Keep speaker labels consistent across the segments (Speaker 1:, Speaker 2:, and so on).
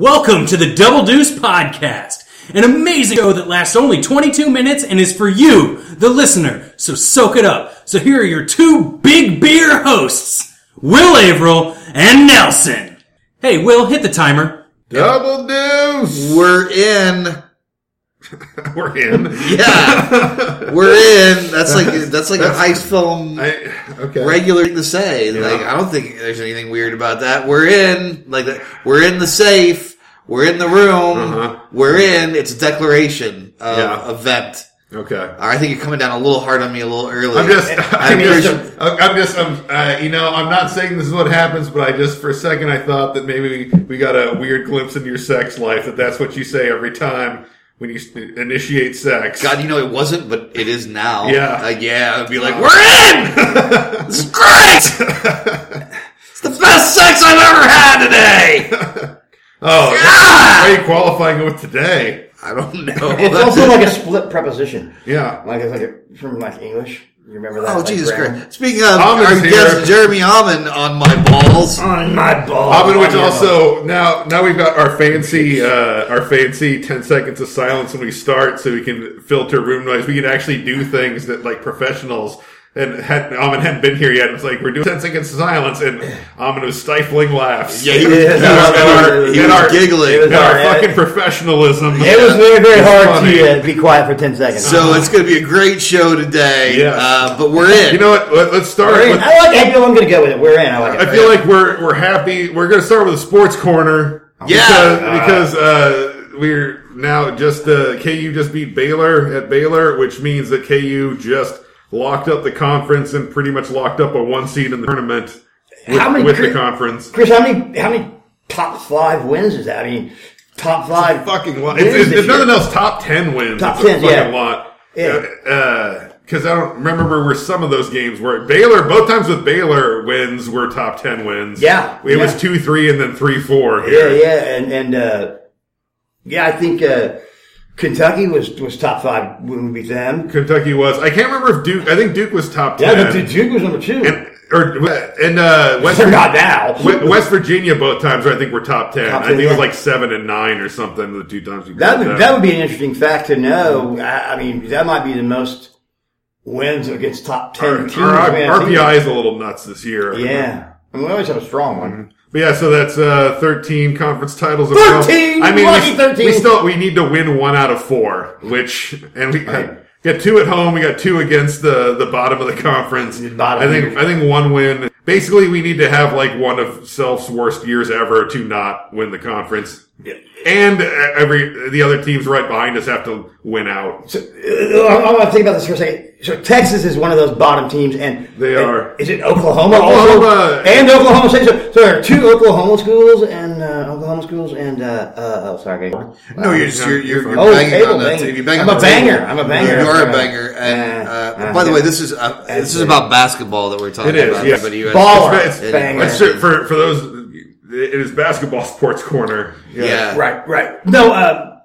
Speaker 1: Welcome to the Double Deuce Podcast, an amazing show that lasts only 22 minutes and is for you, the listener. So soak it up. So here are your two big beer hosts, Will Averill and Nelson. Hey, Will, hit the timer.
Speaker 2: Double deuce.
Speaker 3: We're in.
Speaker 2: We're in.
Speaker 3: Yeah, we're in. That's like that's like an ice film
Speaker 2: I, okay.
Speaker 3: regular thing to say. Like I don't think there's anything weird about that. We're in. Like that. We're in the safe. We're in the room.
Speaker 2: Uh-huh.
Speaker 3: We're in. It's a declaration of
Speaker 2: Yeah.
Speaker 3: event.
Speaker 2: Okay.
Speaker 3: I think you're coming down a little hard on me a little early.
Speaker 2: I'm just, I'm
Speaker 3: appreciate-
Speaker 2: just, I'm, I'm just, I'm, uh, you know, I'm not saying this is what happens, but I just, for a second, I thought that maybe we, we got a weird glimpse into your sex life. That that's what you say every time when you s- initiate sex.
Speaker 3: God, you know it wasn't, but it is now.
Speaker 2: Yeah. Uh-huh.
Speaker 3: like, yeah. I'd be like, we're in. this is great. it's the best sex I've ever had today.
Speaker 2: Oh,
Speaker 3: Ah!
Speaker 2: why are you qualifying it with today?
Speaker 3: I don't know.
Speaker 4: It's also like a split preposition,
Speaker 2: Yeah.
Speaker 4: like it's like a, from like English. You remember that?
Speaker 3: Oh
Speaker 4: like,
Speaker 3: Jesus
Speaker 4: grammar?
Speaker 3: Christ! Speaking of
Speaker 2: Almond's
Speaker 3: our
Speaker 2: here.
Speaker 3: guest Jeremy Almond on my balls.
Speaker 4: On my ball.
Speaker 2: Robin, which
Speaker 4: On your ball.
Speaker 2: also now now we've got our fancy uh, our fancy ten seconds of silence when we start, so we can filter room noise. We can actually do things that like professionals. And had, Amin hadn't been here yet. It's like we're doing ten seconds of silence, and Amin was stifling laughs.
Speaker 3: Yeah, he was,
Speaker 4: Yeah.
Speaker 3: he was- he
Speaker 2: Yeah.
Speaker 3: was
Speaker 2: Yeah.
Speaker 3: giggling.
Speaker 2: and our
Speaker 4: Yeah.
Speaker 2: fucking professionalism.
Speaker 4: It was very, very
Speaker 2: It's
Speaker 4: hard
Speaker 2: funny.
Speaker 4: to uh, be quiet for ten seconds.
Speaker 3: So it's going to be a great show today.
Speaker 2: Yeah.
Speaker 3: Uh, but we're in.
Speaker 2: You know what? Let, let's start.
Speaker 4: We're in.
Speaker 2: With,
Speaker 4: I like. I feel I'm going to go with it. We're in. I like
Speaker 2: I
Speaker 4: it.
Speaker 2: feel like we're we're happy. We're going to start with a sports corner.
Speaker 3: Yeah.
Speaker 2: because, because uh, we're now just uh, KU just beat Baylor at Baylor, which means that KU just locked up the conference and pretty much locked up a one seed in the tournament with,
Speaker 4: How many
Speaker 2: with
Speaker 4: cre-
Speaker 2: the conference.
Speaker 4: Chris, how many how many top five wins is that? I mean, top five.
Speaker 2: Fucking lot.
Speaker 4: wins
Speaker 2: It's, it's,
Speaker 4: this
Speaker 2: if nothing
Speaker 4: year.
Speaker 2: else, uh, top ten wins.
Speaker 4: Top
Speaker 2: it's a
Speaker 4: 10,
Speaker 2: fucking
Speaker 4: yeah.
Speaker 2: lot.
Speaker 4: Yeah.
Speaker 2: Because I don't remember where some of those games were. Baylor, both times with Baylor wins were top ten wins.
Speaker 4: Yeah,
Speaker 2: it was
Speaker 4: yeah.
Speaker 2: two three and then three four.
Speaker 4: Yeah, yeah, and and uh, yeah, I think uh, Kentucky was was top five when we beat them.
Speaker 2: Kentucky was. I can't remember if Duke. I think Duke was top
Speaker 4: Yeah,
Speaker 2: ten.
Speaker 4: but the Duke was number two.
Speaker 2: and, or and uh, West,
Speaker 4: They're not now.
Speaker 2: We- West Virginia both times. I think were top ten.
Speaker 4: Top
Speaker 2: I think it was
Speaker 4: 10,
Speaker 2: like seven and nine or something. The two times we
Speaker 4: That
Speaker 2: played
Speaker 4: would, that would be an interesting fact to know. I, I mean, that might be the most wins against top ten
Speaker 2: Our,
Speaker 4: teams.
Speaker 2: our,
Speaker 4: man.
Speaker 2: RPI is a little nuts this year.
Speaker 4: Yeah, I mean, we always have a strong one.
Speaker 2: But yeah, so that's uh, thirteen conference titles. in a row.
Speaker 4: 13!
Speaker 2: I mean,
Speaker 4: Lucky
Speaker 2: we,
Speaker 4: 13!
Speaker 2: we still we need to win one out of four, which and we got two at home. We got two against the the bottom of the conference.
Speaker 4: bottom.
Speaker 2: I think I think one win. Basically, we need to have like one of self's worst years ever to not win the conference. And uh, every the other teams right behind us have to win out.
Speaker 4: So, uh, I, I want to think about this for a second. So Texas is one of those bottom teams, and
Speaker 2: They
Speaker 4: and
Speaker 2: are.
Speaker 4: Is it Oklahoma?
Speaker 2: Oklahoma.
Speaker 4: also? and Oklahoma State. So, so there are two Oklahoma schools and uh, Oklahoma schools and uh, uh, oh, sorry.
Speaker 3: no, you're just, you're, you're, you're
Speaker 4: Oh,
Speaker 3: banging
Speaker 4: table
Speaker 3: on the
Speaker 4: banger.
Speaker 3: table. You're banging
Speaker 4: I'm
Speaker 3: on
Speaker 4: a
Speaker 3: the table.
Speaker 4: banger. I'm a banger.
Speaker 3: You are a
Speaker 4: Yeah.
Speaker 3: banger. And
Speaker 4: Yeah.
Speaker 3: uh,
Speaker 4: Yeah.
Speaker 3: by the way, this is uh, this is about basketball that we're
Speaker 2: It
Speaker 3: talking
Speaker 2: is,
Speaker 3: about.
Speaker 2: yeah.
Speaker 3: But you-
Speaker 4: Baller.
Speaker 2: It's- it's-
Speaker 4: Banger.
Speaker 2: That's true. for for those. It is basketball sports corner.
Speaker 3: Yeah.
Speaker 4: Right, right. No, uh,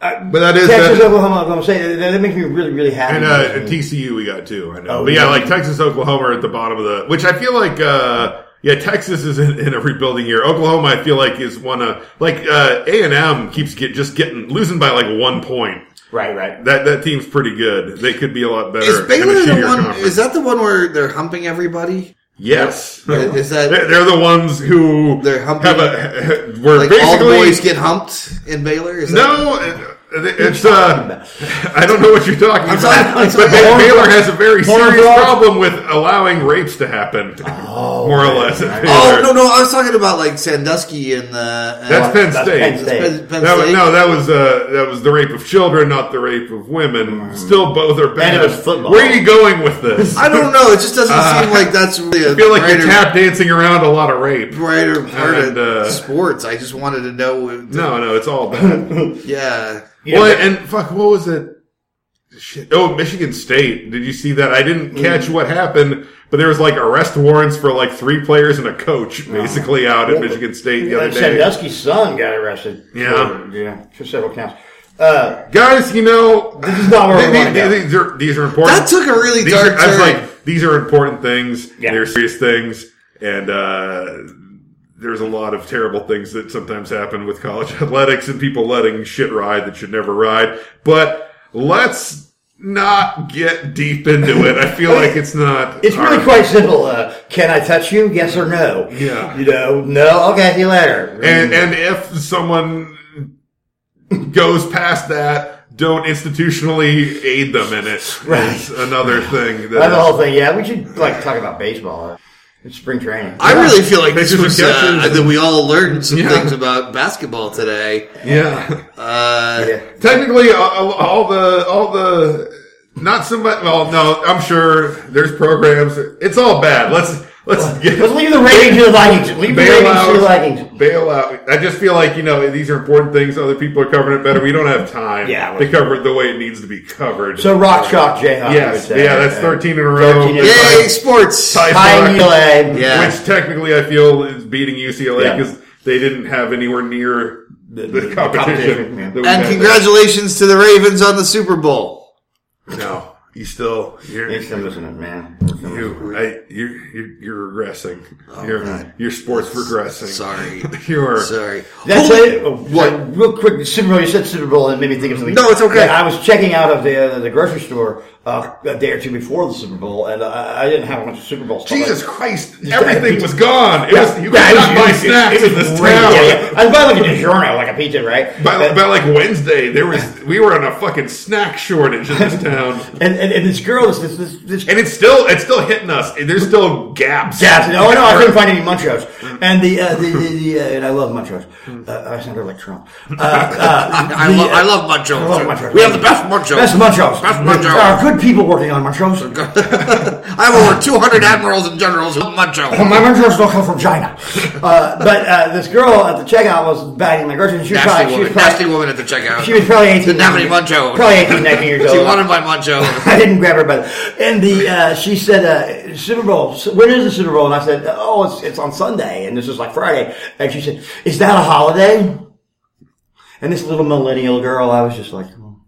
Speaker 2: but that is
Speaker 4: Texas,
Speaker 2: that-
Speaker 4: Oklahoma, Oklahoma State. That, that makes me really, really happy.
Speaker 2: And uh, and TCU we got too, I
Speaker 3: Oh,
Speaker 2: know. but yeah,
Speaker 4: yeah.
Speaker 2: like Texas, Oklahoma are at the bottom of the. Which I feel like, uh, yeah, Texas is in, in a rebuilding year. Oklahoma, I feel like is one of like uh, A and M keeps get just getting losing by like one point.
Speaker 4: right, right.
Speaker 2: That that team's pretty good. They could be a lot better.
Speaker 3: Is
Speaker 2: in a
Speaker 3: Baylor the
Speaker 2: two-year
Speaker 3: one?
Speaker 2: conference.
Speaker 3: Is that the one where they're humping everybody?
Speaker 2: yes?
Speaker 3: Is that
Speaker 2: They're, they're the ones who
Speaker 3: They're humping-
Speaker 2: have a were
Speaker 3: like all the
Speaker 2: basically
Speaker 3: boys get humped in Baylor? Is that,
Speaker 2: No, it- it- it's uh, I don't know what you're talking
Speaker 3: I'm
Speaker 2: about.
Speaker 3: sorry, I'm sorry.
Speaker 2: but Ba- Baylor has a very
Speaker 4: Porn
Speaker 2: serious
Speaker 4: dog?
Speaker 2: problem with allowing rapes to happen, more or less. at
Speaker 3: Oh
Speaker 2: Baylor.
Speaker 3: no, no, I was talking about like Sandusky and uh, and-
Speaker 2: that's Penn
Speaker 4: That's
Speaker 2: State.
Speaker 4: Penn State.
Speaker 3: Penn, Penn
Speaker 2: That was,
Speaker 3: State.
Speaker 2: no, that was uh, that was the rape of children, not the rape of women.
Speaker 3: Mm.
Speaker 2: Still, both are bad.
Speaker 4: And it was football.
Speaker 2: Where are you going with this?
Speaker 3: I don't know. It just doesn't seem like that's really a
Speaker 2: Uh, I feel like
Speaker 3: brighter,
Speaker 2: you're tap dancing around a lot of rape.
Speaker 3: brighter part
Speaker 2: And,
Speaker 3: of
Speaker 2: uh,
Speaker 3: sports. I just wanted to know. if-
Speaker 2: No, no, it's all bad.
Speaker 3: Yeah.
Speaker 4: You know,
Speaker 2: well, and fuck, what was it? Shit. Mm. Oh, Michigan State. Did you see that? I didn't catch what happened, but there was like arrest warrants for like three players and a coach, basically out at Michigan State the other
Speaker 4: Uh,
Speaker 2: day.
Speaker 4: Sandusky's son got arrested.
Speaker 2: Yeah.
Speaker 4: for, yeah, for several counts. Uh,
Speaker 2: Guys, you know,
Speaker 4: this is not where
Speaker 2: they-
Speaker 4: we want
Speaker 2: they-
Speaker 4: to go.
Speaker 2: they- these are these are important.
Speaker 3: That took a really
Speaker 2: these
Speaker 3: dark
Speaker 2: are, I was
Speaker 3: turn.
Speaker 2: like, these are important things.
Speaker 4: Yeah.
Speaker 2: They're serious things, and uh, there's a lot of terrible things that sometimes happen with college athletics and people letting shit ride that should never ride. But let's not get deep into it. I feel like it's not.
Speaker 4: It's really
Speaker 2: our-
Speaker 4: quite simple. Uh, can I touch you? Yes or no?
Speaker 2: Yeah.
Speaker 4: You know, no. Okay, see you later.
Speaker 2: And, and if someone goes past that, don't institutionally aid them in it.
Speaker 4: Right.
Speaker 2: Is another thing.
Speaker 4: That's the
Speaker 2: That
Speaker 4: whole thing. Yeah, we should like talk about baseball. uh, It's spring training.
Speaker 3: I really feel like
Speaker 2: Make
Speaker 3: this
Speaker 2: some
Speaker 3: was, uh,
Speaker 2: catches.
Speaker 3: that we all learned some
Speaker 2: Yeah.
Speaker 3: things about basketball today.
Speaker 2: yeah.
Speaker 3: Uh,
Speaker 4: Yeah.
Speaker 2: Technically, all, all the all the not so much. Well, no, I'm sure there's programs. It's all bad. Let's let's get
Speaker 4: Let's leave the ratings to the Vikings. Leave the ratings to the Vikings.
Speaker 2: bailout. Bailout. I just feel like you know these are important things. Other people are covering it better. We don't have time.
Speaker 4: Yeah.
Speaker 2: to cover it the way it needs to be covered.
Speaker 4: So rock chalk Jayhawks. I would
Speaker 2: yes,
Speaker 4: say.
Speaker 2: yeah, that's
Speaker 4: Uh,
Speaker 2: 13 in a row.
Speaker 4: 13 in a row.
Speaker 3: Yay, sports!
Speaker 2: Tie
Speaker 4: Pine
Speaker 2: block.
Speaker 4: Relay.
Speaker 3: Yeah.
Speaker 2: Which technically I feel is beating UCLA
Speaker 4: Yeah.
Speaker 2: because they didn't have anywhere near the,
Speaker 4: the- the
Speaker 2: competition.
Speaker 4: competition, yeah.
Speaker 2: that we had
Speaker 3: And
Speaker 2: there.
Speaker 3: congratulations to the Ravens on the Super Bowl.
Speaker 2: No, you still you're
Speaker 4: Thanks for listening, man.
Speaker 2: you I, you're, you're you're regressing.
Speaker 3: God.
Speaker 2: your your sports regressing.
Speaker 3: Sorry.
Speaker 2: You're
Speaker 3: Sorry.
Speaker 4: That's
Speaker 3: Who-
Speaker 4: it.
Speaker 2: Oh,
Speaker 4: Oh, What? Real quick, Super Bowl. You said Super Bowl, and it made me think of something.
Speaker 3: No, it's okay.
Speaker 4: Yeah, I was checking out of the uh, the grocery store uh, a day or two before the Super Bowl, and I, I didn't have a bunch of Super Bowl stuff.
Speaker 2: Jesus Christ! Everything was gone. It
Speaker 4: Yeah,
Speaker 2: was you could
Speaker 4: yeah,
Speaker 2: not
Speaker 4: it was-
Speaker 2: buy
Speaker 4: it-
Speaker 2: snacks
Speaker 4: it was
Speaker 2: in this
Speaker 4: great.
Speaker 2: town.
Speaker 4: Yeah, yeah. I was buying like a DiGiorno, like a pizza, right?
Speaker 2: By,
Speaker 4: Uh,
Speaker 2: by like Wednesday, there was we were on a fucking snack shortage in this town,
Speaker 4: and, and and this girl, this this this, this
Speaker 2: and it's still it's still hitting us. There's still gaps.
Speaker 4: Yes. Oh no, I couldn't find any
Speaker 3: Mm.
Speaker 4: Munchos. And the uh, the, the, the uh, and I love Munchos. Uh, I sounded like Trump. Uh, uh,
Speaker 3: I,
Speaker 4: the,
Speaker 3: love, I
Speaker 4: uh,
Speaker 3: love Munchos.
Speaker 4: I love Munchos.
Speaker 3: We have the best Munchos.
Speaker 4: Best Munchos.
Speaker 3: Best Munchos.
Speaker 4: There are good people working on Munchos.
Speaker 3: I have over 200 admirals and generals who love Munchos.
Speaker 4: My Munchos don't come from China. Uh, but uh, this girl at the checkout was bagging my groceries. and She was
Speaker 3: Nasty
Speaker 4: probably, she was
Speaker 3: woman.
Speaker 4: probably,
Speaker 3: Nasty woman at the checkout.
Speaker 4: She was probably 18.
Speaker 3: Didn't have any Munchos.
Speaker 4: Probably 18, 19 years old.
Speaker 3: She wanted my Muncho.
Speaker 4: I didn't grab her by the. And the uh, she said, uh, "Super Bowl. so When is the Super Bowl?" And I said, "Oh, it's it's on Sunday, and this is like Friday." And she said, "Is that a holiday?" And this little millennial girl, I was just like, "Oh,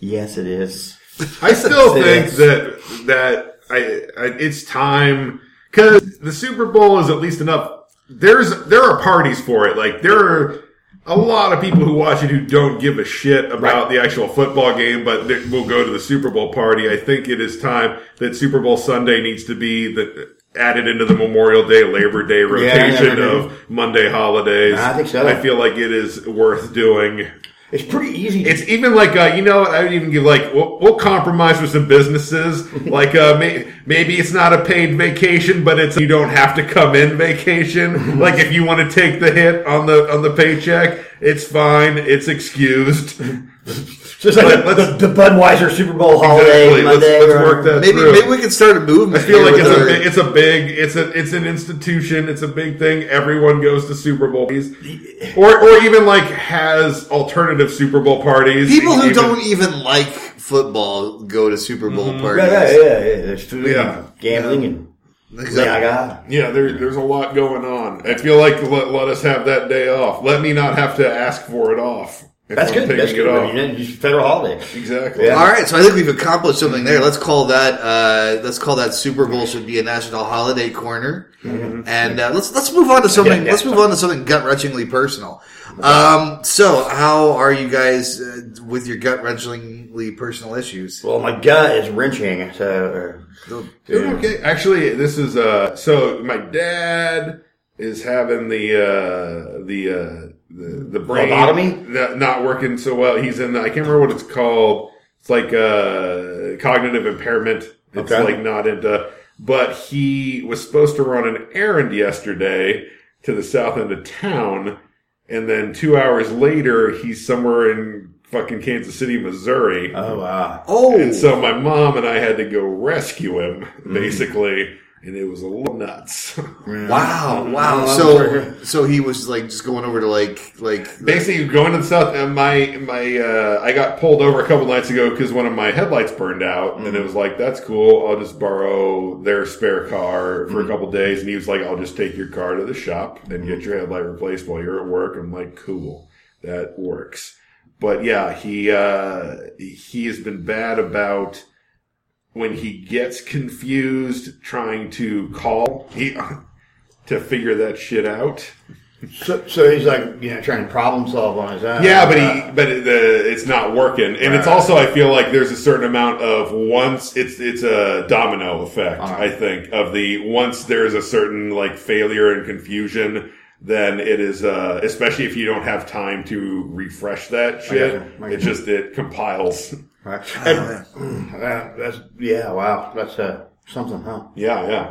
Speaker 4: "Yes, it is."
Speaker 2: I still think
Speaker 4: Yes.
Speaker 2: that that I, I it's time because the Super Bowl is at least enough. There's there are parties for it. Like there are a lot of people who watch it who don't give a shit about the actual football game, but they will go to the Super Bowl party. I think it is time that Super Bowl Sunday needs to be the. Added into the Memorial Day, Labor Day
Speaker 4: yeah,
Speaker 2: rotation
Speaker 4: yeah.
Speaker 2: of Monday holidays.
Speaker 4: I think so.
Speaker 2: I feel like it is worth doing.
Speaker 4: It's pretty easy.
Speaker 2: It's even like uh, you know what I would even give like we'll, we'll compromise with some businesses like uh, may, maybe it's not a paid vacation but it's you don't have to come in vacation like if you want to take the hit on the on the paycheck it's fine it's excused
Speaker 4: just like
Speaker 2: Let-
Speaker 4: the, the, the Budweiser Super Bowl holiday
Speaker 2: Exactly. Let's-
Speaker 4: Monday.
Speaker 2: let's
Speaker 4: or-
Speaker 2: work that
Speaker 3: maybe,
Speaker 2: through.
Speaker 3: maybe we could start a movement.
Speaker 2: I feel
Speaker 3: here
Speaker 2: like
Speaker 3: with
Speaker 2: it's a
Speaker 3: our-
Speaker 2: big, it's a big it's a it's an institution it's a big thing everyone goes to Super Bowl parties or or even like has alternative Super Bowl parties
Speaker 3: people who
Speaker 2: Even-
Speaker 3: don't even like football go to Super Bowl parties.
Speaker 4: Right, right, yeah, yeah. There's food,
Speaker 2: Yeah.
Speaker 4: and gambling, and
Speaker 3: Exactly.
Speaker 4: Gaga.
Speaker 2: Yeah, there, there's a lot going on. I feel like let, let us have that day off. Let me not have to ask for it off. if
Speaker 4: That's
Speaker 2: I'm
Speaker 4: good.
Speaker 2: taking
Speaker 4: That's good.
Speaker 2: it
Speaker 4: I
Speaker 2: off.
Speaker 4: mean, it's just federal holiday.
Speaker 2: Exactly.
Speaker 4: Yeah.
Speaker 3: All right, so I think we've accomplished something there. Let's call that. Uh, let's call that Super Bowl should be a national holiday corner,
Speaker 2: Mm-hmm.
Speaker 3: and uh, let's let's move on to something.
Speaker 4: yeah.
Speaker 3: Let's move on to something gut wrenchingly personal. Um, so, how are you guys uh, with your gut wrenchingly personal issues?
Speaker 4: Well, my gut is wrenching. So. Uh,
Speaker 2: Doing okay. Actually, this is uh. So my dad is having the uh the uh the, the brain
Speaker 4: Lobotomy?
Speaker 2: not, not working so well. He's in. The, I can't remember what it's called. It's like uh cognitive impairment. It's
Speaker 4: Okay.
Speaker 2: like not into. But he was supposed to run an errand yesterday to the south end of town, and then two hours later, he's somewhere in fucking Kansas City, Missouri.
Speaker 4: Oh wow!
Speaker 3: Oh,
Speaker 2: And so my mom and I had to go rescue him, basically, and it was a little nuts.
Speaker 3: wow, wow. Mm-hmm. So, so he was like just going over to like like
Speaker 2: basically, going to the south, and my my uh, I got pulled over a couple nights ago because one of my headlights burned out, and it was like, "That's cool. I'll just borrow their spare car for a couple days." And he was like, "I'll just take your car to the shop and get your headlight replaced while you're at work." I'm like, "Cool, that works." But yeah, he uh, he has been bad about. when he gets confused trying to call he to figure that shit out.
Speaker 4: So, so he's like, you know, trying to problem solve on his own.
Speaker 2: Yeah, but he, but it, the, it's not working, and it's
Speaker 4: Right.
Speaker 2: also I feel like there's a certain amount of once it's it's a domino effect. I think of the once there's a certain like failure and confusion, then it is uh, especially if you don't have time to refresh that shit.
Speaker 4: you. I
Speaker 2: It
Speaker 4: got you.
Speaker 2: just it compiles.
Speaker 4: Right. And- uh, that's yeah. Wow, that's uh, something, huh?
Speaker 2: Yeah, yeah.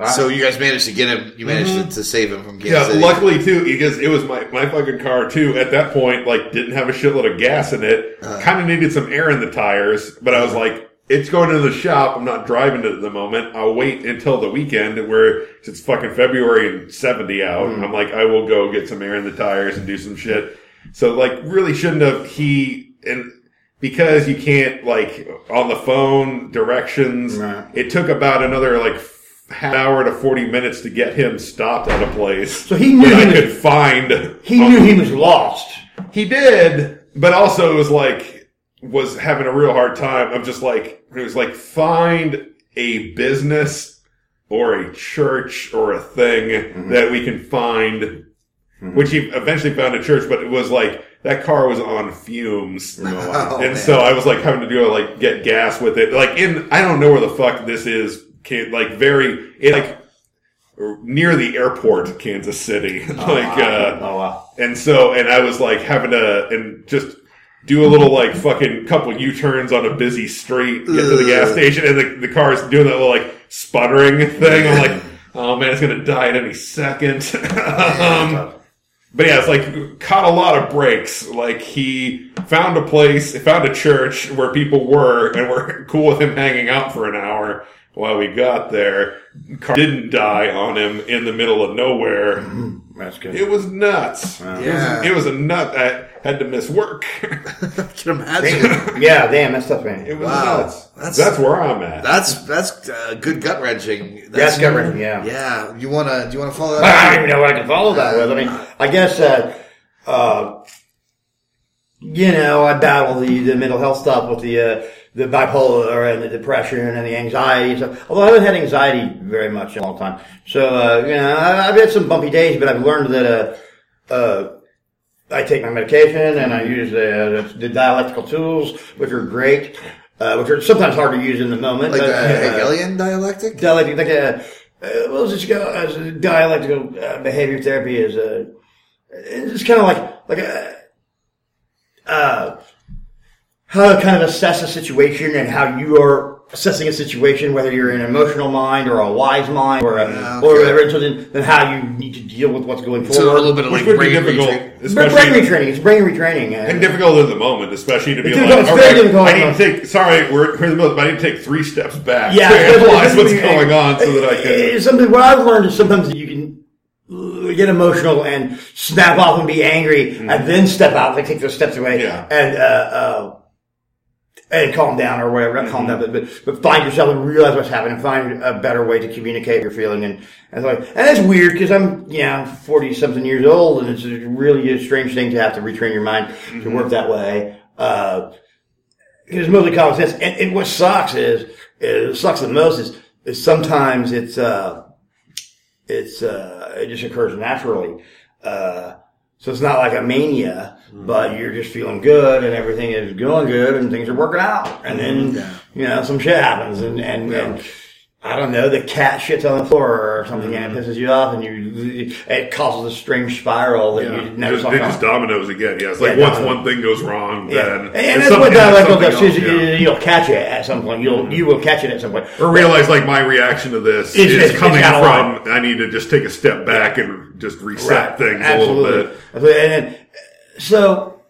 Speaker 4: Yeah.
Speaker 3: So you guys managed to get him. You managed to, to save him from
Speaker 2: Yeah,
Speaker 3: Kansas City.
Speaker 2: luckily too, because it was my, my fucking car too. At that point, like didn't have a shitload of gas in it.
Speaker 3: Uh-huh.
Speaker 2: kind of needed some air in the tires, but I was like, it's going to the shop. I'm not driving it at the moment. I'll wait until the weekend where 'cause it's fucking February and 70 out.
Speaker 3: Hmm.
Speaker 2: I'm like, I will go get some air in the tires and do some shit. So like, really shouldn't have he and. Because you can't like on the phone directions,
Speaker 4: Right.
Speaker 2: it took about another like f- half hour to forty minutes to get him stopped at a place.
Speaker 4: So he knew
Speaker 2: that
Speaker 4: he
Speaker 2: I
Speaker 4: was-
Speaker 2: could find.
Speaker 4: He knew he was lost.
Speaker 2: He did, but also was like was having a real hard time. I'm just like it was like find a business or a church or a thing
Speaker 3: Mm-hmm.
Speaker 2: that we can find. Which he eventually found a church, but it was like that car was on fumes,
Speaker 3: Oh,
Speaker 2: and
Speaker 3: man.
Speaker 2: so I was like having to do like get gas with it. Like in I don't know where the fuck this is. Can like very it like near the airport, Kansas City.
Speaker 3: Ah,
Speaker 2: like uh,
Speaker 4: Oh wow.
Speaker 2: and so, and I was like having to, and just do a little like fucking couple U turns on a busy street, get to the gas
Speaker 3: Ugh.
Speaker 2: station, and the, the car's doing that little like sputtering thing. I'm like, oh man, it's gonna die at any second. um, but yeah, it's like caught a lot of breaks. Like he found a place, found a church where people were, and were cool with him hanging out for an hour. While we got there, car didn't die on him in the middle of nowhere.
Speaker 4: That's good.
Speaker 2: It was nuts.
Speaker 3: Yeah.
Speaker 2: It was a nut that had to miss work.
Speaker 3: Can you imagine.
Speaker 4: yeah, damn, that's tough, man.
Speaker 2: It was
Speaker 3: Wow.
Speaker 2: nuts.
Speaker 3: That's-
Speaker 2: That's, where I'm at.
Speaker 3: That's that's uh, good gut wrenching.
Speaker 4: that's gut wrenching. Yeah.
Speaker 3: Yeah. You wanna do you wanna follow
Speaker 4: I don't
Speaker 3: that?
Speaker 4: even know what I can follow that with. I mean, I guess, uh, uh, you know, I battle the, the mental health stuff with the, uh, the bipolar and the depression and the anxiety and stuff. Although I haven't had anxiety very much in a long time. So, uh, you know, I, I've had some bumpy days, but I've learned that, uh, uh, I take my medication and I use the, the dialectical tools, which are great, uh, which are sometimes hard to use in the moment.
Speaker 3: like
Speaker 4: but,
Speaker 3: the
Speaker 4: uh,
Speaker 3: Hegelian dialectic?
Speaker 4: dialectic, like a, uh, what does this go? As a dialectical uh, behavior therapy is a, it's kind of like, like a, uh, how to kind of assess a situation and how you are assessing a situation, whether you're an emotional mind or a wise mind or a,
Speaker 2: Ah,
Speaker 3: Yeah,
Speaker 4: or
Speaker 3: okay.
Speaker 4: whatever, and so then, then how you need to deal with what's going forward.
Speaker 3: So a little bit of like
Speaker 2: Which would be
Speaker 3: brain
Speaker 2: difficult,
Speaker 3: retraining.
Speaker 4: But brain
Speaker 2: especially
Speaker 4: retraining. It's brain retraining. uh,
Speaker 2: and difficult in the moment, especially to be
Speaker 4: It's
Speaker 2: like,
Speaker 4: difficult. It's
Speaker 2: all
Speaker 4: very
Speaker 2: right,
Speaker 4: difficult
Speaker 2: I
Speaker 4: in
Speaker 2: need
Speaker 4: the
Speaker 2: to take. Sorry, we're, we're in the middle, but I need to take three steps back
Speaker 4: yeah,
Speaker 2: to
Speaker 4: it's-
Speaker 2: analyze
Speaker 4: it's-
Speaker 2: what's
Speaker 4: it's-
Speaker 2: going on, so that I can.
Speaker 4: it's something what I've learned is sometimes you can uh, get emotional and snap off and be angry, and then step out, like take those steps away,
Speaker 2: Yeah.
Speaker 4: and uh, uh, and calm down or whatever. Not calm down, but, but but find yourself and realize what's happening. and Find a better way to communicate your feeling, and and like and it's weird because I'm you know forty something years old, and it's a really a strange thing to have to retrain your mind to work that way. Uh, it's mostly common sense. And, and what sucks is, is- it sucks the most is, is sometimes it's, uh, it's, uh, it just occurs naturally. Uh, so it's not like a mania,
Speaker 2: Hmm.
Speaker 4: but you're just feeling good and everything is going good and things are working out. And
Speaker 2: Hmm.
Speaker 4: then, you know, some shit happens and, and, and I don't know, the cat shits on the floor or something and
Speaker 2: Hmm.
Speaker 4: it pisses you off and you, it causes a strange spiral that you never
Speaker 2: Just,
Speaker 4: saw
Speaker 2: they
Speaker 4: coming.
Speaker 2: just dominoes again. Yeah, it's like
Speaker 4: Yeah,
Speaker 2: once
Speaker 4: domino.
Speaker 2: one thing goes wrong,
Speaker 4: Yeah.
Speaker 2: then
Speaker 4: And,
Speaker 2: it's
Speaker 4: that's
Speaker 2: something-
Speaker 4: what
Speaker 2: it's
Speaker 4: dialectical
Speaker 2: something
Speaker 4: does. Is
Speaker 2: else,
Speaker 4: you,
Speaker 2: yeah. Hmm.
Speaker 4: You'll catch it at some point. You'll you will catch it at some point.
Speaker 2: Or realize like my reaction to this
Speaker 4: It's-
Speaker 2: is
Speaker 4: it's- it's
Speaker 2: coming
Speaker 4: out of
Speaker 2: from I need to just take a step back and just reset things a little bit.
Speaker 4: Absolutely. And then, so,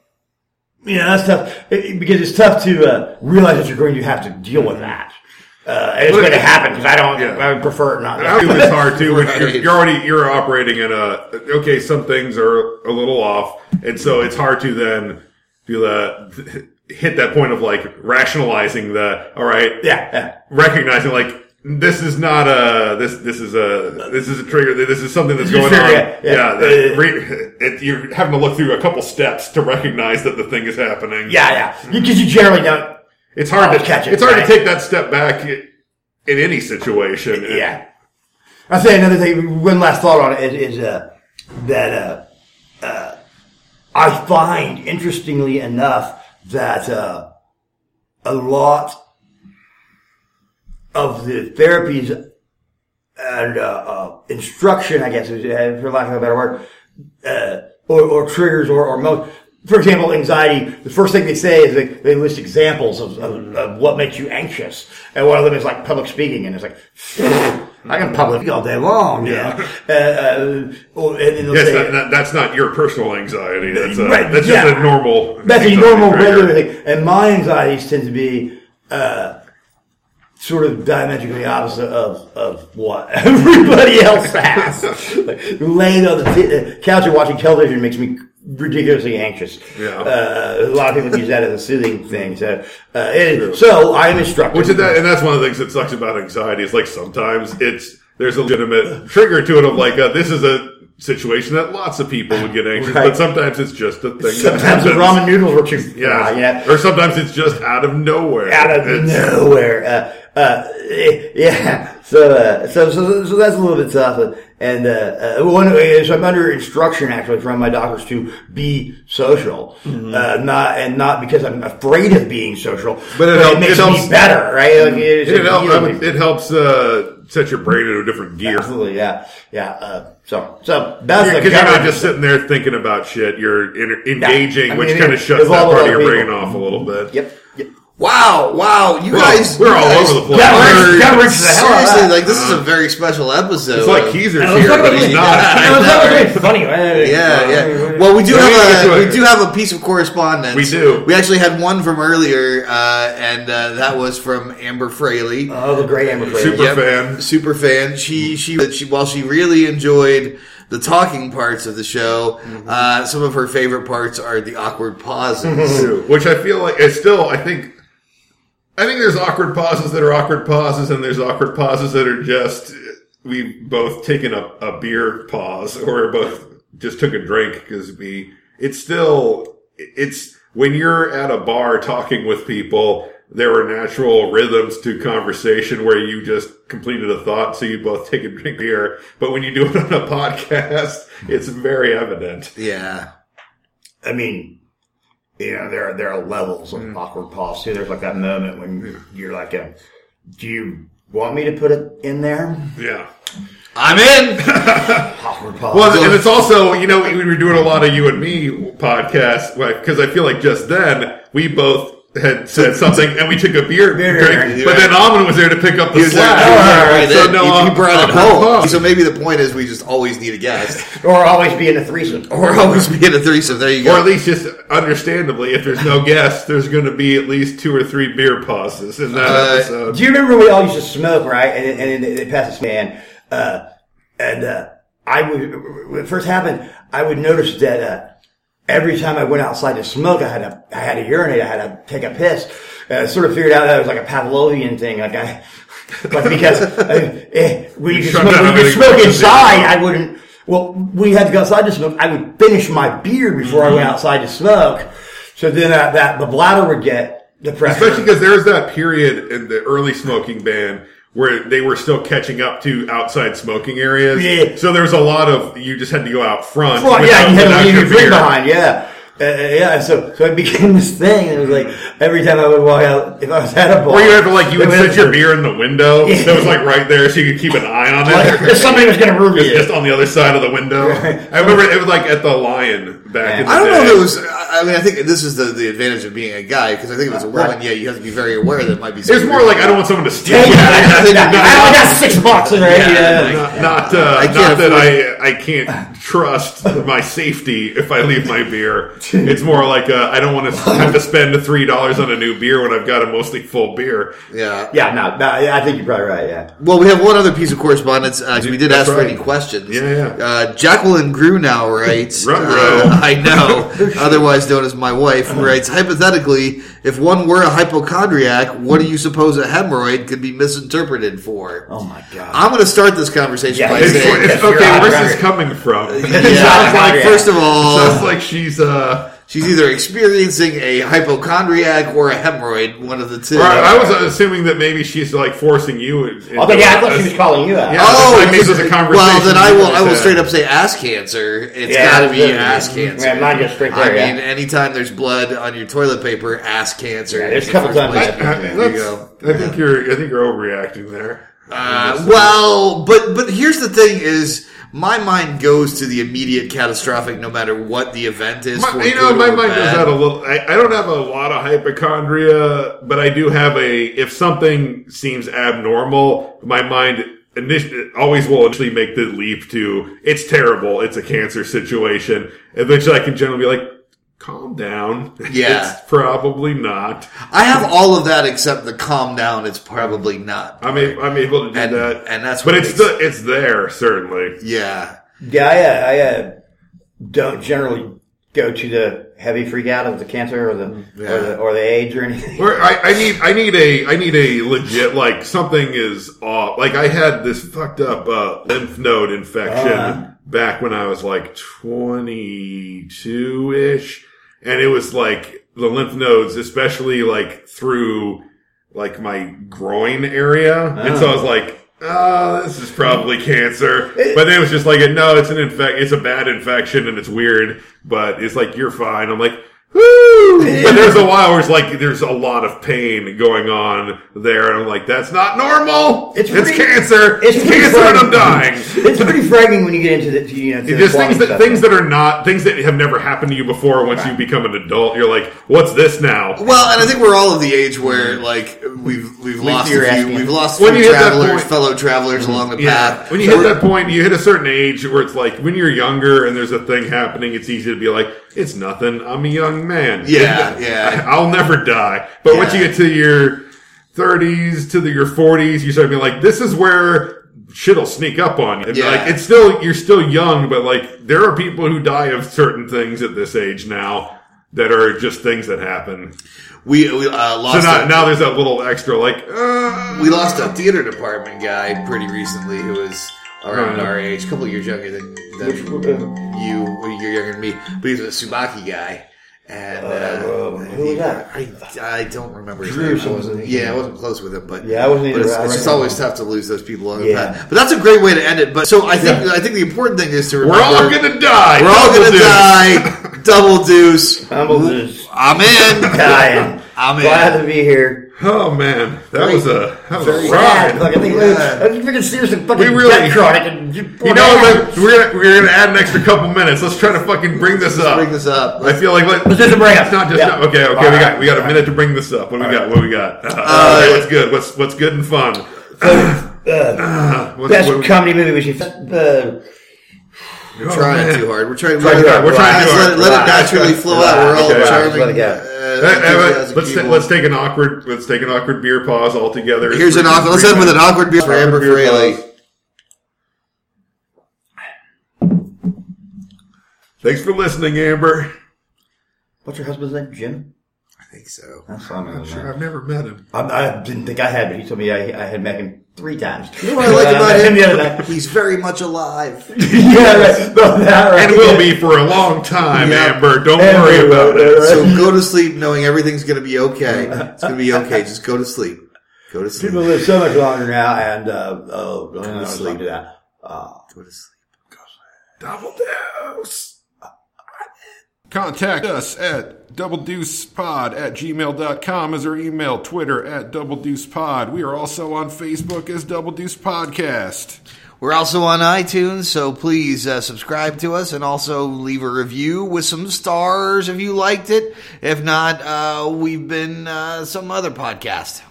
Speaker 4: you know, that's tough It- because it's tough to uh, realize that you're going to have to deal with that. Uh, and it's
Speaker 2: Look-
Speaker 4: going to happen because I don't.
Speaker 2: Yeah.
Speaker 4: I would prefer it not.
Speaker 2: I feel it's hard too. when You're,
Speaker 3: Right.
Speaker 2: you're already you're operating at a okay. Some things are a little off, and so it's hard to then feel that hit that point of like rationalizing the all right,
Speaker 4: Yeah, yeah.
Speaker 2: recognizing like this is not a this this is a this is a trigger. This is something that's
Speaker 4: This is
Speaker 2: going on.
Speaker 4: trigger, yeah, Uh, yeah.
Speaker 2: Yeah, the- re- it, you're having to look through a couple steps to recognize that the thing is happening.
Speaker 4: Yeah,
Speaker 2: Mm-hmm.
Speaker 4: yeah. Because you generally don't.
Speaker 2: it's hard
Speaker 4: Always
Speaker 2: to
Speaker 4: catch it,
Speaker 2: It's hard to
Speaker 4: right?
Speaker 2: take that step back in any situation.
Speaker 4: Yeah. I say another thing. One last thought on it is, is uh, that uh, uh, I find, interestingly enough, that uh, a lot of the therapies and uh, uh, instruction, I guess, is, uh, for lack of a better word, uh, or, or triggers or, or most. For example, anxiety. The first thing they say is they, they list examples of, of, of what makes you anxious, and one of them is like public speaking, and it's like I can public speak all day long. Yeah, uh, uh, or, and, and they'll
Speaker 2: Yes,
Speaker 4: say-
Speaker 2: that, that, that's not your personal anxiety. That's, a,
Speaker 4: Right,
Speaker 2: that's just
Speaker 4: yeah.
Speaker 2: a normal.
Speaker 4: That's a
Speaker 2: anxiety
Speaker 4: normal
Speaker 2: trigger.
Speaker 4: regular thing. And my anxieties tend to be uh, sort of diametrically opposite of, of what everybody else has. like, laying on the t- uh, couch and watching television makes me ridiculously anxious.
Speaker 2: Yeah.
Speaker 4: Uh, a lot of people use that as a soothing thing. So, uh, and, so I am instructed.
Speaker 2: Which is that, and that's one of the things that sucks about anxiety is like sometimes it's there's a legitimate trigger to it of like uh, this is a situation that lots of people would get anxious,
Speaker 4: Right.
Speaker 2: but sometimes it's just a thing. that
Speaker 4: Sometimes the
Speaker 2: happens.
Speaker 4: ramen noodles were too
Speaker 2: yeah,
Speaker 4: fried, yeah.
Speaker 2: or sometimes it's just out of nowhere.
Speaker 4: out of
Speaker 2: It's-
Speaker 4: nowhere. Uh, uh, eh, yeah. So, uh, so, so, so that's a little bit tough. And uh, uh, one is I'm under instruction actually from my doctors to be social, uh, not and not because I'm afraid of being social,
Speaker 2: Mm-hmm. But it helps- it
Speaker 4: makes me
Speaker 2: helps- Mm-hmm.
Speaker 4: better, right? Like, it's-
Speaker 2: It, help, I
Speaker 4: heals me.
Speaker 2: would- it helps uh, set your brain into a different gear because
Speaker 4: Absolutely, yeah, yeah. Uh, so, so that's
Speaker 2: you're,
Speaker 4: the
Speaker 2: not
Speaker 4: coverage.
Speaker 2: just sitting there thinking about shit. You're in, engaging,
Speaker 4: I
Speaker 2: which
Speaker 4: mean,
Speaker 2: kind
Speaker 4: it-
Speaker 2: of shuts
Speaker 4: it's all
Speaker 2: that part of
Speaker 4: about
Speaker 2: your brain
Speaker 4: people.
Speaker 2: off a little bit.
Speaker 4: Yep. yep.
Speaker 3: Wow, wow, you
Speaker 2: We're all-
Speaker 3: guys.
Speaker 2: we're
Speaker 3: you
Speaker 2: all
Speaker 3: guys-
Speaker 2: over the place.
Speaker 4: Coverage, coverage, the hell out of
Speaker 3: Seriously,
Speaker 4: that.
Speaker 3: like this is a very special episode.
Speaker 2: It's like Keezer's
Speaker 4: And it was
Speaker 2: here, but he's
Speaker 4: fucking-
Speaker 2: not.
Speaker 4: It was fucking funny.
Speaker 3: Yeah, yeah. Well, we do
Speaker 2: Yeah, we can
Speaker 3: have
Speaker 2: get to
Speaker 3: a
Speaker 2: it.
Speaker 3: we do have a piece of correspondence.
Speaker 2: We do.
Speaker 3: We actually had one from earlier, uh, and uh, that was from Amber Fraley.
Speaker 4: Oh, the great Amber Fraser.
Speaker 2: Uh, Super fan.
Speaker 3: super fan. She she that she while she really enjoyed the talking parts of the show,
Speaker 2: Mm-hmm.
Speaker 3: uh, some of her favorite parts are the awkward pauses.
Speaker 2: too, which I feel like I still I think I think there's awkward pauses that are awkward pauses, and there's awkward pauses that are just we both taken a, a beer pause, or both just took a drink because we. It's still it's when you're at a bar talking with people. There are natural rhythms to conversation where you just completed a thought, so you both take a drink beer. But when you do it on a podcast, it's very evident.
Speaker 3: yeah.
Speaker 4: I mean, you know, there are there are levels of awkward pause too. There's like that moment when you're like, a, "Do you want me to put it in there?"
Speaker 2: Yeah.
Speaker 3: I'm in.
Speaker 4: Awkward pause.
Speaker 2: Well, and it's also you know we were doing a lot of you and me podcasts because I feel like just then we both had said something and we took a beer
Speaker 4: Beer
Speaker 2: drink,
Speaker 4: drink,
Speaker 2: but then Amon was there to pick up the
Speaker 3: He was like,
Speaker 2: slack.
Speaker 3: "Oh, all right,
Speaker 2: so
Speaker 3: then."
Speaker 2: no, uh,
Speaker 3: He- he
Speaker 2: I'm-
Speaker 3: brought it
Speaker 2: I'm
Speaker 3: home.
Speaker 2: pumped.
Speaker 3: So maybe the point is, we just always need a guest,
Speaker 4: or always be in a threesome.
Speaker 3: or always be in a threesome. There you go.
Speaker 2: Or at least just understandably, if there's no guests, there's going to be at least two or three beer pauses in that episode.
Speaker 4: Do you remember we all used to smoke, right? And and, and they passed a man, uh, and uh, I would when it first happened, I would notice that uh, every time I went outside to smoke, I had to I had to urinate, I had to take a piss. And I sort of figured out that it was like a Pavlovian thing, like I. like because uh, eh, when you,
Speaker 2: You
Speaker 4: could
Speaker 2: shut
Speaker 4: smoke,
Speaker 2: down
Speaker 4: when you could
Speaker 2: everything.
Speaker 4: smoke inside, I wouldn't. Well, we had to go outside to smoke. I would finish my beer before I
Speaker 2: Mm-hmm.
Speaker 4: went outside to smoke. So then that, that the bladder would get the pressure.
Speaker 2: Especially because there was that period in the early smoking ban where they were still catching up to outside smoking areas.
Speaker 4: Yeah.
Speaker 2: So there was a lot of you just had to go out front.
Speaker 4: Well,
Speaker 2: without-
Speaker 4: yeah, you had
Speaker 2: without
Speaker 4: to leave your drink
Speaker 2: beer.
Speaker 4: behind. Yeah, uh, yeah. So, so it became this thing. And it was like every time I would walk out, if I was at a bar,
Speaker 2: Or you have to like you would
Speaker 4: it was-
Speaker 2: set your beer in the window that was like right there, so you could keep an eye on
Speaker 4: Like, if
Speaker 2: it.
Speaker 4: somebody was going to ruin
Speaker 2: It's just
Speaker 4: it.
Speaker 2: on the other side of the window. I remember it was like at the Lion back in the
Speaker 3: I don't know
Speaker 2: day.
Speaker 3: if it was. I I mean, I think this is the, the advantage of being a guy because I think if it's a woman, yeah, you have to be very aware that it might be.
Speaker 2: It was more like I don't want someone to steal.
Speaker 4: Hey,
Speaker 2: me.
Speaker 4: I only
Speaker 2: Not-
Speaker 4: got six bucks in there.
Speaker 3: Yeah.
Speaker 4: Yeah.
Speaker 2: Not, not, uh,
Speaker 3: I can't
Speaker 2: not that
Speaker 3: afford-
Speaker 2: I I can't trust my safety if I leave my beer. It's more like uh, I don't want to have to spend three dollars on a new beer when I've got a mostly full beer.
Speaker 3: yeah.
Speaker 4: Yeah, no, no, yeah, I think you're probably right. Yeah.
Speaker 3: Well, we have one other piece of correspondence. Uh, 'cause we did
Speaker 2: That's
Speaker 3: ask for
Speaker 2: right.
Speaker 3: any questions.
Speaker 2: Yeah, yeah.
Speaker 3: Uh, Jacqueline Grunow writes.
Speaker 2: Ruh-roh.
Speaker 3: uh, I know, otherwise known as my wife,
Speaker 2: Uh-huh.
Speaker 3: who writes hypothetically, if one were a hypochondriac, what do you suppose a hemorrhoid could be misinterpreted for?
Speaker 4: Oh my god.
Speaker 3: I'm going to start this conversation
Speaker 4: Yeah,
Speaker 3: by
Speaker 2: It's,
Speaker 3: saying,
Speaker 2: it's-
Speaker 4: you're
Speaker 2: okay,
Speaker 4: on
Speaker 2: where's
Speaker 4: record.
Speaker 2: this coming from?
Speaker 3: yeah,
Speaker 4: Sounds like-
Speaker 3: first of all,
Speaker 2: Sounds like she's uh
Speaker 3: She's either experiencing a hypochondriac or a hemorrhoid, one of the two.
Speaker 2: All right, I was assuming that maybe she's like forcing you. in-
Speaker 4: I thought, yeah, I thought she was calling you out.
Speaker 2: Yeah.
Speaker 3: Oh,
Speaker 2: Like, maybe there's a
Speaker 3: well,
Speaker 2: conversation
Speaker 3: then I will.
Speaker 2: like
Speaker 3: I will
Speaker 2: that.
Speaker 3: straight up say ass cancer. It's
Speaker 4: Yeah,
Speaker 3: got to be
Speaker 4: absolutely.
Speaker 3: ass cancer.
Speaker 4: Yeah, mine just straight
Speaker 3: I
Speaker 4: there,
Speaker 3: mean, anytime there's blood on your toilet paper, ass cancer.
Speaker 4: Yeah, there's
Speaker 3: is
Speaker 4: a couple
Speaker 3: the first
Speaker 4: times
Speaker 3: place.
Speaker 4: that-
Speaker 2: I,
Speaker 3: There you go.
Speaker 2: Uh, that's- I think you're. I think you're overreacting there.
Speaker 3: Uh, well, but but here's the thing: is my mind goes to the immediate catastrophic, no matter what the event is.
Speaker 2: My-
Speaker 3: for
Speaker 2: you know,
Speaker 3: good
Speaker 2: my
Speaker 3: or
Speaker 2: mind goes
Speaker 3: bad.
Speaker 2: out a little. I, I don't have a lot of hypochondria, but I do have a. If something seems abnormal, my mind initially always will initially make the leap to it's terrible. It's a cancer situation. Eventually, I can generally be like, calm down.
Speaker 3: Yeah.
Speaker 2: it's probably not.
Speaker 3: I have all of that except the calm down. It's probably not.
Speaker 2: I'm a, I'm able to do
Speaker 3: And-
Speaker 2: that,
Speaker 3: and that's
Speaker 2: but
Speaker 3: what
Speaker 2: it's the,
Speaker 3: makes-
Speaker 2: it's there certainly.
Speaker 3: Yeah,
Speaker 4: Yeah, I, uh, I uh, don't generally go to the heavy freak out of the cancer or the or the or the AIDS or anything.
Speaker 2: Where I, I need I need a I need a legit like something is off. Like I had this fucked up uh, lymph node infection back when I was like twenty two ish, and it was like the lymph nodes, especially like through like my groin area, and so I was like. Ah, this is probably cancer. But then Oh. it was just like, no, it's an infect, it's a bad infection, and it's weird. But it's like you're fine. I'm like, Woo! But there's a while where it's like there's a lot of pain going on there, and I'm like, that's not normal. It's,
Speaker 4: It's pretty-
Speaker 2: cancer. It's,
Speaker 4: it's pretty
Speaker 2: cancer, and I'm
Speaker 4: frightening.
Speaker 2: dying.
Speaker 4: It's pretty frightening when you get into the to, you know to the
Speaker 2: Just
Speaker 4: flying
Speaker 2: things that
Speaker 4: stuff.
Speaker 2: things that are not things that have never happened to you before. Once you become an adult, you're like, what's this now?
Speaker 3: Well, and I think we're all of the age where like we've we've lost
Speaker 4: you're
Speaker 3: a few,
Speaker 4: asking.
Speaker 3: we've lost
Speaker 2: When
Speaker 3: few
Speaker 2: you hit that
Speaker 3: travelers,
Speaker 2: point-
Speaker 3: fellow travelers along the
Speaker 2: Yeah.
Speaker 3: path.
Speaker 2: When you hit that point, you hit a certain age where it's like when you're younger and there's a thing happening, it's easy to be like, it's nothing. I'm a young man.
Speaker 3: Yeah, yeah.
Speaker 2: I'll never die. But once you
Speaker 3: Yeah.
Speaker 2: get to your 30s to the, your 40s, you start being like, this is where shit'll sneak up on you. And
Speaker 3: Yeah.
Speaker 2: Like it's still you're still young, but like there are people who die of certain things at this age now that are just things that happen.
Speaker 3: we we uh,
Speaker 2: So
Speaker 3: lost
Speaker 2: now,
Speaker 3: a,
Speaker 2: now there's that little extra like, uh,
Speaker 3: we lost a theater department guy pretty recently who was around
Speaker 2: Right.
Speaker 3: our age, a couple years younger than,
Speaker 4: Which,
Speaker 3: than
Speaker 4: uh,
Speaker 3: you. Well, You're younger than me, but he's a Subaki guy. And uh,
Speaker 4: Uh, who was that?
Speaker 3: I, I don't remember. His
Speaker 4: Drew
Speaker 3: name. I
Speaker 4: something.
Speaker 3: wasn't, yeah, I wasn't close with him, but
Speaker 4: Yeah, I wasn't
Speaker 3: But it's,
Speaker 4: either. I
Speaker 3: it's just
Speaker 4: recognize
Speaker 3: always tough to lose those people on the
Speaker 4: Yeah.
Speaker 3: path. But that's a great way to end it. But so I think I think the important thing is to remember
Speaker 2: we're all gonna die.
Speaker 3: We're all
Speaker 2: Double
Speaker 3: gonna
Speaker 2: deuce.
Speaker 3: die. Double deuce.
Speaker 4: I'm just
Speaker 3: I'm in.
Speaker 4: dying.
Speaker 3: I'm
Speaker 4: Glad
Speaker 3: in.
Speaker 4: to be here.
Speaker 2: Oh man, that was a that was
Speaker 3: Very
Speaker 2: a
Speaker 4: Sad.
Speaker 2: ride.
Speaker 4: Look, I think
Speaker 3: Yeah.
Speaker 4: I think we can see there's some fucking
Speaker 2: We really-
Speaker 4: death card. I can- You
Speaker 2: You know, what, man? we're gonna, we're gonna add an extra couple minutes. Let's try to fucking bring this up.
Speaker 3: Bring this up.
Speaker 2: I feel like let,
Speaker 4: Let's do some bring up.
Speaker 2: It's not just
Speaker 4: Yeah.
Speaker 2: okay. Okay, we
Speaker 4: All
Speaker 2: got
Speaker 4: right.
Speaker 2: we got a minute to bring this up. What do we got? What do we got? Uh, all right, what's good? What's what's good and fun? Uh, what's-
Speaker 4: best
Speaker 2: what do we-
Speaker 4: comedy movie we should. Uh,
Speaker 3: We're trying
Speaker 2: man.
Speaker 3: too hard. We're trying.
Speaker 2: Trying too hard. We're trying too
Speaker 3: Guys,
Speaker 2: hard.
Speaker 3: Let, let it
Speaker 4: Right.
Speaker 3: naturally flow out. We're all
Speaker 2: Okay.
Speaker 3: charming.
Speaker 4: Let it go.
Speaker 3: uh,
Speaker 2: Hey, hey, wait,
Speaker 3: enthusiastic
Speaker 2: let's ta-
Speaker 3: people.
Speaker 2: let's take an awkward let's take an awkward beer pause altogether.
Speaker 3: Here's an awkward. Let's end with an awkward beer for Amber
Speaker 2: beer
Speaker 3: Fraley.
Speaker 2: pause. Thanks for listening, Amber.
Speaker 4: what's her husband's name? Jim.
Speaker 3: I think so.
Speaker 4: That's what I'm gonna name.
Speaker 2: I've never met him.
Speaker 4: I'm, I didn't think I had, but he told me I, I had met him three times.
Speaker 3: You know what I like
Speaker 4: Uh,
Speaker 3: about him?
Speaker 4: the other night.
Speaker 3: He's very much alive.
Speaker 4: yeah, right. No, that right.
Speaker 2: And will be for a long time,
Speaker 3: Yeah.
Speaker 2: Amber. Don't
Speaker 4: And
Speaker 2: worry
Speaker 4: we
Speaker 2: about
Speaker 4: will,
Speaker 2: it.
Speaker 4: right.
Speaker 3: So go to sleep knowing everything's going to be okay. It's going to be okay. Just go to sleep. Go to sleep.
Speaker 4: People
Speaker 3: Go
Speaker 4: live so much longer now, and uh, oh, no, no, no, don't do that.
Speaker 3: to sleep.
Speaker 2: Double dose.
Speaker 5: Contact us at doubledeucepod at gmail.com is our email, Twitter at doubledeucepod. We are also on Facebook as Double Deuce Podcast.
Speaker 3: We're also on iTunes, so please uh, subscribe to us and also leave a review with some stars if you liked it. If not, uh, we've been uh, some other podcast.